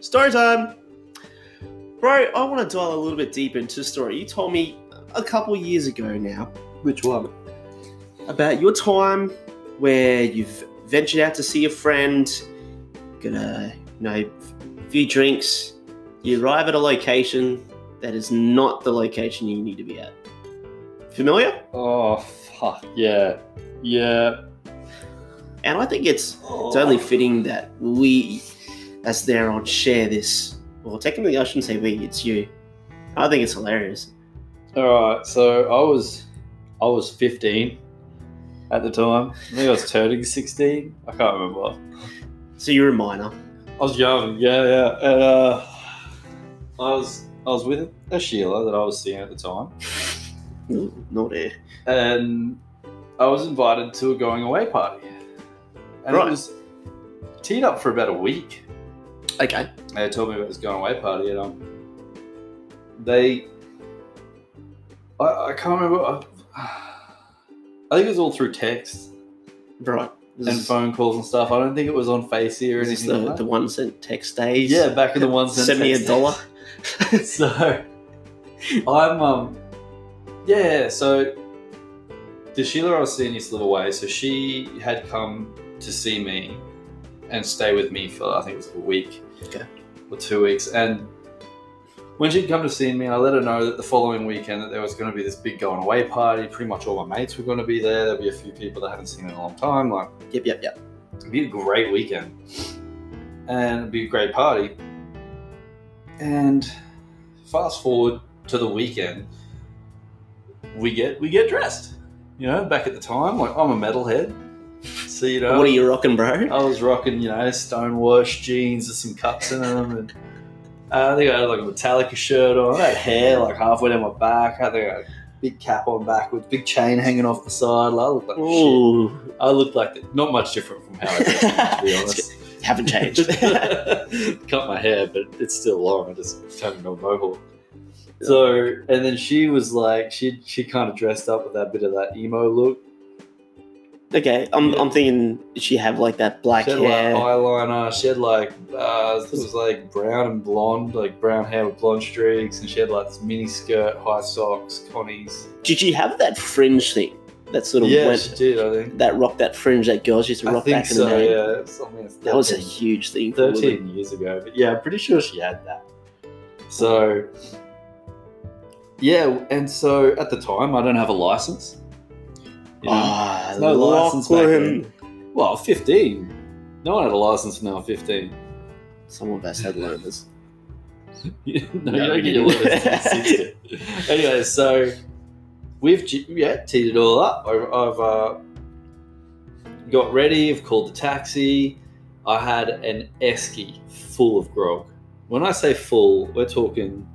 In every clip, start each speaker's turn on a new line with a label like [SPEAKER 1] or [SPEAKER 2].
[SPEAKER 1] Story time! Bro, I want to dive a little bit deeper into a story you told me a couple years ago now
[SPEAKER 2] Which one?
[SPEAKER 1] about your time where you've ventured out to see a friend, got a you know, few drinks, you arrive at a location that is not the location you need to be at. Familiar?
[SPEAKER 2] Oh fuck yeah, yeah.
[SPEAKER 1] And I think it's It's only fitting that we, as their on, share this. Well, technically, I shouldn't say we, it's you. I think it's hilarious.
[SPEAKER 2] All right, so I was, I was fifteen at the time. I think I was turning sixteen. I can't remember.
[SPEAKER 1] So you're a minor.
[SPEAKER 2] I was young. Yeah, yeah. And uh, I was, I was with a Sheila that I was seeing at the time,
[SPEAKER 1] Ooh, Not there.
[SPEAKER 2] and I was invited to a going away party, and
[SPEAKER 1] Right.
[SPEAKER 2] it was teed up for about a week.
[SPEAKER 1] Okay.
[SPEAKER 2] they told me about this going away party, and um, they, I, I can't remember. I, I think it was all through text
[SPEAKER 1] Right. This
[SPEAKER 2] and
[SPEAKER 1] is-
[SPEAKER 2] phone calls and stuff. I don't think it was on Facey or
[SPEAKER 1] This is
[SPEAKER 2] anything.
[SPEAKER 1] the,
[SPEAKER 2] like
[SPEAKER 1] the
[SPEAKER 2] that.
[SPEAKER 1] one cent text days.
[SPEAKER 2] yeah, back in the one cent.
[SPEAKER 1] Send me a
[SPEAKER 2] text
[SPEAKER 1] dollar.
[SPEAKER 2] days. so I'm um, yeah. So the Sheila I was seeing used to live away, so she had come to see me and stay with me for I think it was a week
[SPEAKER 1] Okay.
[SPEAKER 2] or two weeks. And when she'd come to see me, I let her know that the following weekend that there was going to be this big going away party. Pretty much all my mates were going to be there. There'd be a few people that I haven't seen in a long time. Like
[SPEAKER 1] Yep, yep, yep.
[SPEAKER 2] it'd be a great weekend and it'd be a great party. And fast forward to the weekend, we get we get dressed. You know, back at the time, like I'm a metalhead, so you know
[SPEAKER 1] what are you rocking, bro?
[SPEAKER 2] I was rocking, you know, stonewashed jeans with some cuts in them, and uh, I think I had like a Metallica shirt on. I had hair like halfway down my back. I think I had a big cap on backwards, big chain hanging off the side. Like, I looked like shit.
[SPEAKER 1] Ooh.
[SPEAKER 2] I looked like the, not much different from how I dressed, to be honest.
[SPEAKER 1] Haven't changed.
[SPEAKER 2] Cut my hair, but it's still long. I just turned into a mohawk. So, and then she was like, she she kind of dressed up with that bit of that emo look.
[SPEAKER 1] okay, I'm, I'm thinking she have like that black
[SPEAKER 2] she had
[SPEAKER 1] hair.
[SPEAKER 2] like eyeliner. She had like uh, it was like brown and blonde, like brown hair with blonde streaks, and she had like this mini skirt, high socks, Connie's.
[SPEAKER 1] Did you have that fringe thing that sort of
[SPEAKER 2] yeah, she
[SPEAKER 1] went,
[SPEAKER 2] did. I think.
[SPEAKER 1] that rock, that fringe that girls used to
[SPEAKER 2] I
[SPEAKER 1] rock
[SPEAKER 2] think
[SPEAKER 1] back
[SPEAKER 2] so.
[SPEAKER 1] in the day?
[SPEAKER 2] yeah, something like
[SPEAKER 1] That was a
[SPEAKER 2] 13,
[SPEAKER 1] huge thing for women.
[SPEAKER 2] thirteen years ago, but yeah, I'm pretty sure she had that. So, yeah, and so at the time, I don't have a license. You know,
[SPEAKER 1] Ah,
[SPEAKER 2] no license back
[SPEAKER 1] Lachlan.
[SPEAKER 2] Well, fifteen. No one had a license when they were fifteen.
[SPEAKER 1] Some of us had learners.
[SPEAKER 2] no,
[SPEAKER 1] No,
[SPEAKER 2] you
[SPEAKER 1] you
[SPEAKER 2] don't get your
[SPEAKER 1] didn't.
[SPEAKER 2] letters till you're 60. anyway, so we've j- yeah teed it all up. I've, I've uh, got ready. I've called the taxi. I had an esky full of grog. When I say full, we're talking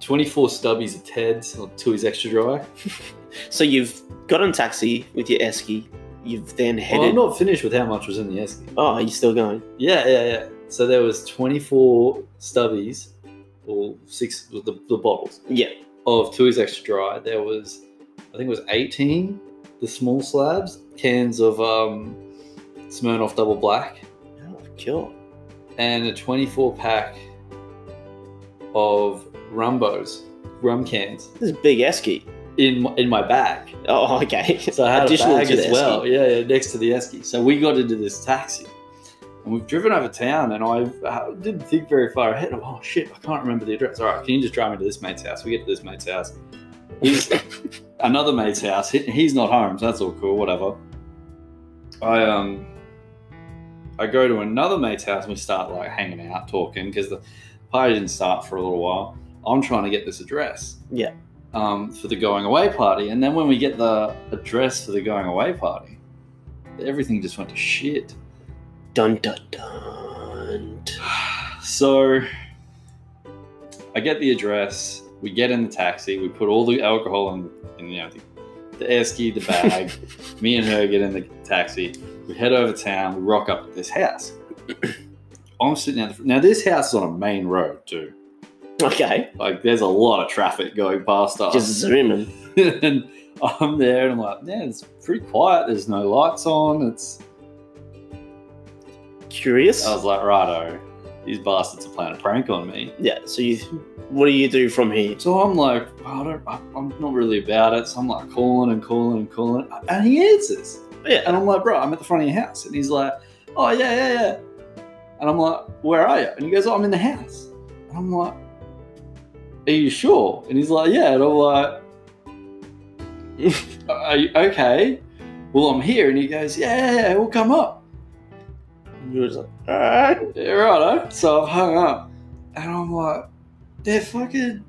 [SPEAKER 2] twenty-four stubbies of Teds or Tui's extra dry.
[SPEAKER 1] So you've got on taxi with your esky. You've then
[SPEAKER 2] Well, I'm
[SPEAKER 1] headed.
[SPEAKER 2] not finished with how much was in the esky.
[SPEAKER 1] oh, are you still going?
[SPEAKER 2] Yeah, yeah, yeah. So there was twenty-four stubbies, or six the, the bottles.
[SPEAKER 1] Yeah.
[SPEAKER 2] of Tui's Extra Dry, there was, I think it was 18, the small slabs, cans of um, Smirnoff Double Black,
[SPEAKER 1] Oh, cool.
[SPEAKER 2] and a 24 pack of Rumbos, rum cans,
[SPEAKER 1] This is a big esky.
[SPEAKER 2] in, in my bag.
[SPEAKER 1] Oh, okay.
[SPEAKER 2] So I had
[SPEAKER 1] Additional
[SPEAKER 2] a bag
[SPEAKER 1] to the
[SPEAKER 2] as well.
[SPEAKER 1] esky.
[SPEAKER 2] Yeah, yeah, next to the esky. So we got into this taxi, and we've driven over town. And I uh, didn't think very far ahead. Of, oh shit, I can't remember the address. All right, can you just drive me to this mate's house? We get to this mate's house. He's another mate's house. He, he's not home, so that's all cool. Whatever. I um, I go to another mate's house. and We start like hanging out, talking because the party didn't start for a little while. I'm trying to get this address um, for the going away party. And then when we get the address for the going away party, everything just went to shit.
[SPEAKER 1] Dun dun dun.
[SPEAKER 2] So I get the address. We get in the taxi. We put all the alcohol in, in you know, the, the esky, the bag. Me and her get in the taxi. We head over town. We rock up at this house. I'm sitting out the, now. This house is on a main road too.
[SPEAKER 1] Okay.
[SPEAKER 2] Like, there's a lot of traffic going past us.
[SPEAKER 1] Just zoom in.
[SPEAKER 2] and I'm there and I'm like, man, it's pretty quiet. There's no lights on. It's
[SPEAKER 1] Curious.
[SPEAKER 2] Oh. I was like, righto. these bastards are playing a prank on me.
[SPEAKER 1] Yeah. So you, what do you do from here?
[SPEAKER 2] So I'm like, I don't, I, I'm not really about it. So I'm like calling and calling and calling, and he answers.
[SPEAKER 1] Yeah.
[SPEAKER 2] And I'm like, bro, I'm at the front of your house. And he's like, oh, yeah, yeah, yeah. And I'm like, where are you? And he goes, oh, I'm in the house. And I'm like, are you sure? And he's like, yeah. And I'm like, "Uh, are you, okay. Well, I'm here. And he goes, yeah, yeah, yeah, we'll come up.
[SPEAKER 1] And you were just like, "Ah." alright.
[SPEAKER 2] Yeah, righto. So I've hung up. And I'm like, they're fucking,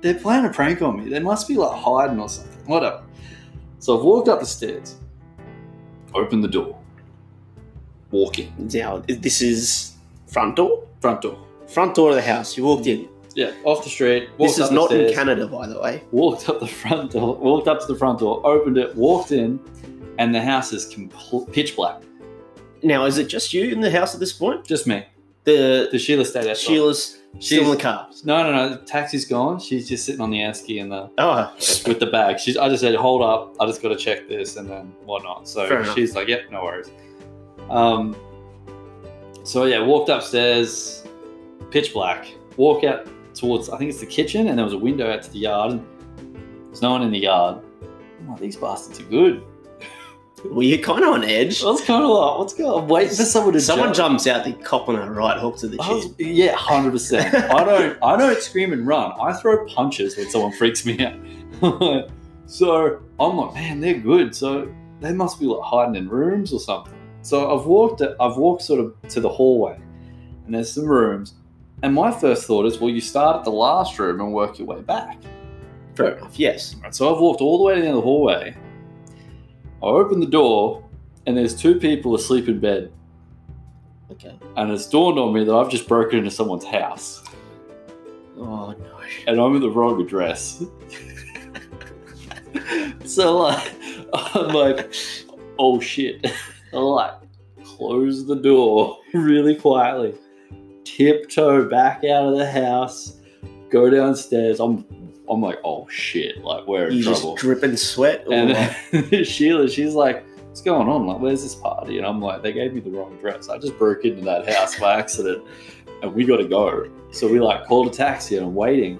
[SPEAKER 2] they're playing a prank on me. They must be like hiding or something, whatever. So I've walked up the stairs, opened the door, walk in,
[SPEAKER 1] Now this is front door.
[SPEAKER 2] front door.
[SPEAKER 1] Front door of the house. You walked in.
[SPEAKER 2] Yeah, off the street. Walked
[SPEAKER 1] This
[SPEAKER 2] up
[SPEAKER 1] is
[SPEAKER 2] the
[SPEAKER 1] not in
[SPEAKER 2] stairs,
[SPEAKER 1] Canada, by the way.
[SPEAKER 2] Walked up the front door. Walked up to the front door. Opened it. Walked in, and the house is compl- pitch black.
[SPEAKER 1] Now, is it just you in the house at this point?
[SPEAKER 2] Just me.
[SPEAKER 1] The,
[SPEAKER 2] The Sheila stayed outside.
[SPEAKER 1] Sheila's still in the
[SPEAKER 2] She's-
[SPEAKER 1] car.
[SPEAKER 2] No, no, no. The taxi's gone. She's just sitting on the Anski in the
[SPEAKER 1] Oh,
[SPEAKER 2] with the bag. She's. I just said, hold up. I just got to check this and then whatnot. So
[SPEAKER 1] Fair enough.
[SPEAKER 2] she's like, yep, no worries. Um. So yeah, walked upstairs, pitch black. Walk out towards. I think it's the kitchen, and there was a window out to the yard. And there's no one in the yard. I'm like, these bastards are good.
[SPEAKER 1] well, you're kind of on edge.
[SPEAKER 2] I was kind of like, what's going? on? I'm waiting for someone to
[SPEAKER 1] Someone
[SPEAKER 2] jump.
[SPEAKER 1] jumps out, they cop on a right hook to the
[SPEAKER 2] I was-
[SPEAKER 1] chin.
[SPEAKER 2] Oh, yeah, hundred percent. I don't, I don't scream and run. I throw punches when someone freaks me out. so I'm like, man, they're good. So they must be like hiding in rooms or something. So I've walked, I've walked sort of to the hallway, and there's some rooms. And my first thought is, well, you start at the last room and work your way back.
[SPEAKER 1] Fair enough. Yes.
[SPEAKER 2] Right, so I've walked all the way down the hallway. I open the door, and there's two people asleep in bed.
[SPEAKER 1] Okay.
[SPEAKER 2] And it's dawned on me that I've just broken into someone's house.
[SPEAKER 1] Oh no.
[SPEAKER 2] and I'm at the wrong address. so like, I'm like, oh shit. I like close the door really quietly, tiptoe back out of the house, go downstairs. I'm I'm like, oh shit, like we're in
[SPEAKER 1] You
[SPEAKER 2] trouble.
[SPEAKER 1] just dripping sweat. Oh, Or
[SPEAKER 2] and Sheila, she's like, what's going on? Like, where's this party? And I'm like, they gave me the wrong address. I just broke into that house by accident and we got to go. So we like called a taxi and I'm waiting.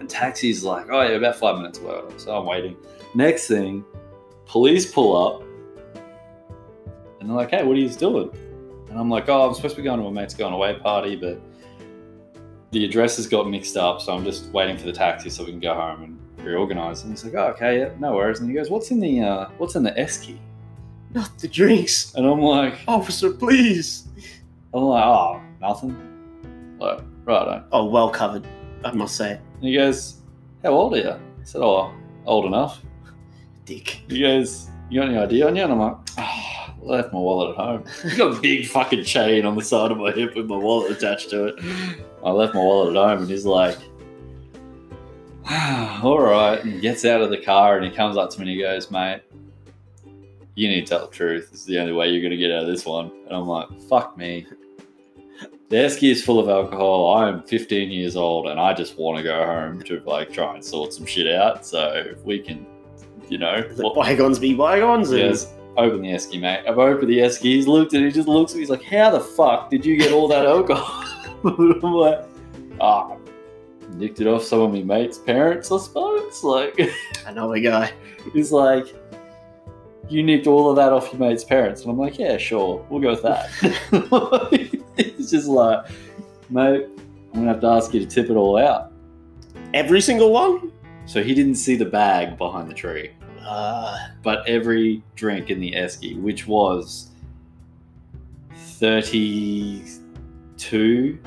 [SPEAKER 2] And taxi's like, oh yeah, about five minutes away. So I'm waiting. Next thing, police pull up and they're like, hey, what are you doing? And I'm like, oh, I'm supposed to be going to a mate's going away party, but the addresses got mixed up. So I'm just waiting for the taxi so we can go home and reorganize. And he's like, oh, okay, yeah, no worries. And he goes, what's in the, uh, what's in the S key?
[SPEAKER 1] not the drinks.
[SPEAKER 2] And I'm like,
[SPEAKER 1] Officer, please.
[SPEAKER 2] I'm like, oh, nothing. Like, righto.
[SPEAKER 1] Oh, well covered, I must say.
[SPEAKER 2] And he goes, how old are you? I said, oh, old enough.
[SPEAKER 1] Dick.
[SPEAKER 2] He goes, you got any idea on you? And I'm like, oh, I left my wallet at home. I got a big fucking chain on the side of my hip with my wallet attached to it. I left my wallet at home, and he's like, "Ah, all right. And he gets out of the car and he comes up to me and he goes, mate, you need to tell the truth. This is the only way you're going to get out of this one. And I'm like, fuck me. The esky is full of alcohol. I'm 15 years old and I just want to go home to like try and sort some shit out. So if we can, you know,
[SPEAKER 1] Let
[SPEAKER 2] what-
[SPEAKER 1] bygones be bygones. and-
[SPEAKER 2] Yes. Open the esky, mate. I've opened the esky. He's looked at it. He just looks at me. He's like, "How the fuck did you get all that alcohol?" I'm like, "Ah, nicked it off some of my mates' parents, I suppose." Like,
[SPEAKER 1] I know a guy.
[SPEAKER 2] he's like, "You nicked all of that off your mates' parents," and I'm like, "Yeah, sure, we'll go with that." he's just like, "Mate, I'm gonna have to ask you to tip it all out."
[SPEAKER 1] Every single one?
[SPEAKER 2] So he didn't see the bag behind the tree.
[SPEAKER 1] Uh,
[SPEAKER 2] but every drink in the esky, which was 32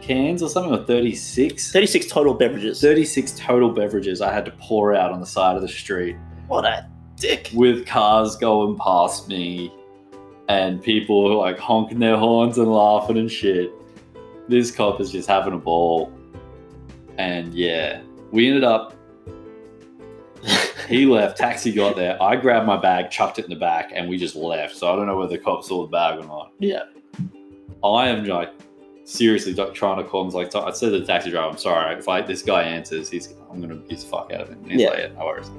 [SPEAKER 2] cans or something, or 36.
[SPEAKER 1] 36 total beverages.
[SPEAKER 2] 36 total beverages I had to pour out on the side of the street
[SPEAKER 1] What a dick.
[SPEAKER 2] with cars going past me and people like honking their horns and laughing and shit. This cop is just having a ball. And yeah, we ended up. he left, taxi got there. I grabbed my bag, chucked it in the back, and we just left. So I don't know whether the cop saw the bag or not.
[SPEAKER 1] Yeah.
[SPEAKER 2] I am like seriously like, trying to call him. Like I said to the taxi driver, I'm sorry. If I this guy answers, he's I'm gonna beat the fuck out of him. And he's
[SPEAKER 1] Yeah.
[SPEAKER 2] like, yeah, no worries.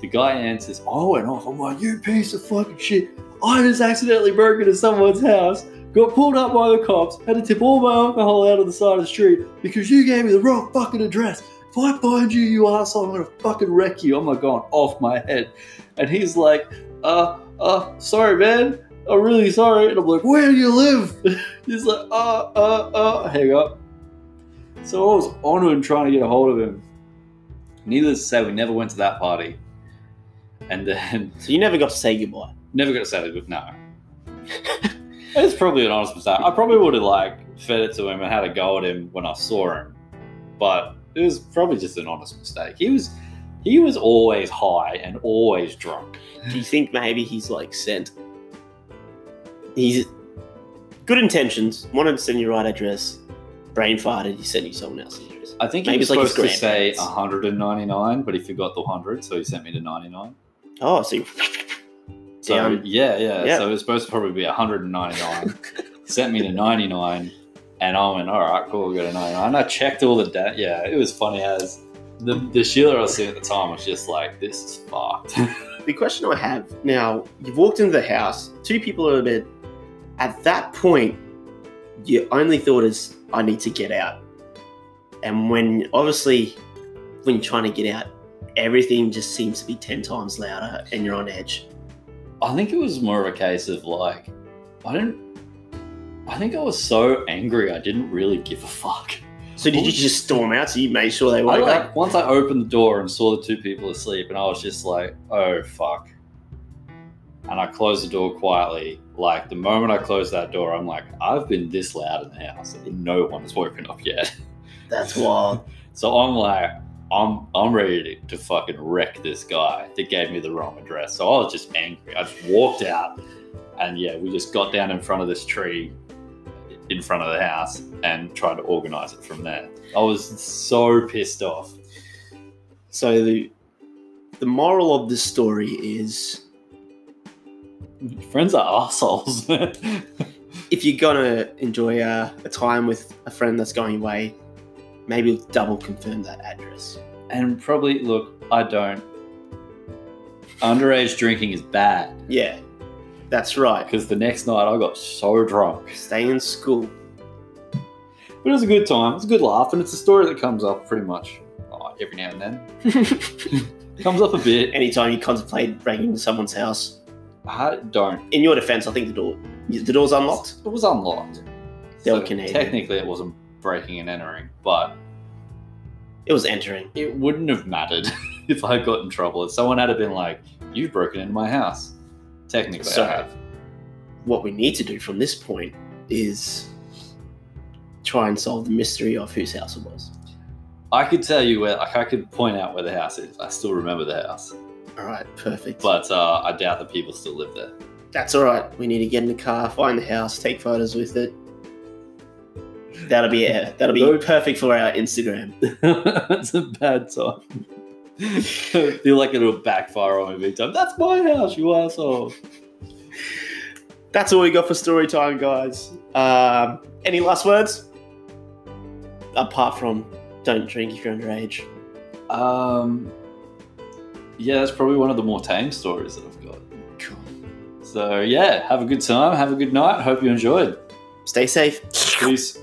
[SPEAKER 2] The guy answers, I went off. I'm like, you piece of fucking shit. I just accidentally broke into someone's house Got pulled up by the cops, had to tip all my alcohol out on the side of the street because you gave me the wrong fucking address. If I find you, you asshole, I'm gonna fucking wreck you. I'm like going off my head. And he's like, uh, uh, sorry, man. I'm really sorry. And I'm like, where do you live? he's like, uh, uh, uh, hang up. So I was on him trying to get a hold of him. Needless to say, we never went to that party. And then
[SPEAKER 1] So you never got to say goodbye.
[SPEAKER 2] Never got to say that, no. it's probably an honest mistake. I probably would have like fed it to him and had a go at him when I saw him, but it was probably just an honest mistake. He was he was always high and always drunk.
[SPEAKER 1] Do you think maybe he's like sent? He's good intentions, wanted to send you the right address, brain farted, he sent you someone else's address.
[SPEAKER 2] I think he
[SPEAKER 1] Maybe
[SPEAKER 2] was
[SPEAKER 1] it's like his
[SPEAKER 2] supposed to say
[SPEAKER 1] grandparents.
[SPEAKER 2] 199, but he forgot the 100, so he sent me to 99.
[SPEAKER 1] Oh, so you,
[SPEAKER 2] So
[SPEAKER 1] Damn.
[SPEAKER 2] yeah, yeah,
[SPEAKER 1] Yeah.
[SPEAKER 2] So it was supposed to probably be 199. Sent me to 99, and I went, all right, cool, we go to 99. And I checked all the data. Yeah, it was funny as the, the Sheila I was seeing at the time was just like, this is fucked.
[SPEAKER 1] the question I have now, you've walked into the house, two people are in bed. At that point, your only thought is, I need to get out. And when obviously when you're trying to get out, everything just seems to be ten times louder and you're on edge.
[SPEAKER 2] I think it was more of a case of like, I didn't. I think I was so angry I didn't really give a fuck.
[SPEAKER 1] So did you just storm out so you made sure they
[SPEAKER 2] I
[SPEAKER 1] woke up?
[SPEAKER 2] like once I opened the door and saw the two people asleep, and I was just like, "Oh fuck!" And I closed the door quietly. Like the moment I closed that door, I'm like, "I've been this loud in the house, and no one has woken up yet."
[SPEAKER 1] That's wild.
[SPEAKER 2] So I'm like, "I'm I'm ready to, to fucking wreck this guy that gave me the wrong address." So I was just angry. I just walked out, and yeah, we just got down in front of this tree. In front of the house and tried to organize it from there. I was so pissed off.
[SPEAKER 1] So the the moral of this story is
[SPEAKER 2] Friends are assholes.
[SPEAKER 1] if you're gonna enjoy a, a time with a friend that's going away, maybe double confirm that address.
[SPEAKER 2] and probably, look, I don't. Underage drinking is bad
[SPEAKER 1] Yeah, that's right.
[SPEAKER 2] because the next night I got so drunk.
[SPEAKER 1] Stay in school.
[SPEAKER 2] But it was a good time. It's a good laugh, and it's a story that comes up pretty much oh, every now and then. comes up a bit.
[SPEAKER 1] Anytime you contemplate breaking into someone's house,
[SPEAKER 2] I don't.
[SPEAKER 1] in your defense, I think the door the door's unlocked.
[SPEAKER 2] It was unlocked.
[SPEAKER 1] They were
[SPEAKER 2] So
[SPEAKER 1] Canadian.
[SPEAKER 2] technically, it wasn't breaking and entering, but
[SPEAKER 1] It was entering.
[SPEAKER 2] it wouldn't have mattered if I got in trouble. If someone had have been like, "You've broken into my house," technically,
[SPEAKER 1] So-
[SPEAKER 2] I have.
[SPEAKER 1] What we need to do from this point is try and solve the mystery of whose house it was.
[SPEAKER 2] I could tell you where, like, I could point out where the house is. I still remember the house,
[SPEAKER 1] All right, perfect.
[SPEAKER 2] but uh, I doubt the people still live there.
[SPEAKER 1] That's all right. We need to get in the car, find the house, take photos with it. That'll be it. That'll be
[SPEAKER 2] Those-
[SPEAKER 1] perfect for our Instagram.
[SPEAKER 2] That's a bad time. I feel like it'll backfire on me big time. That's my house, you asshole.
[SPEAKER 1] That's all we got for story time, guys. Um, any last words? Apart from don't drink if you're underage.
[SPEAKER 2] Um, yeah, that's probably one of the more tame stories that I've got.
[SPEAKER 1] Cool.
[SPEAKER 2] So yeah, have a good time, have a good night. Hope you enjoyed.
[SPEAKER 1] Stay safe.
[SPEAKER 2] Peace.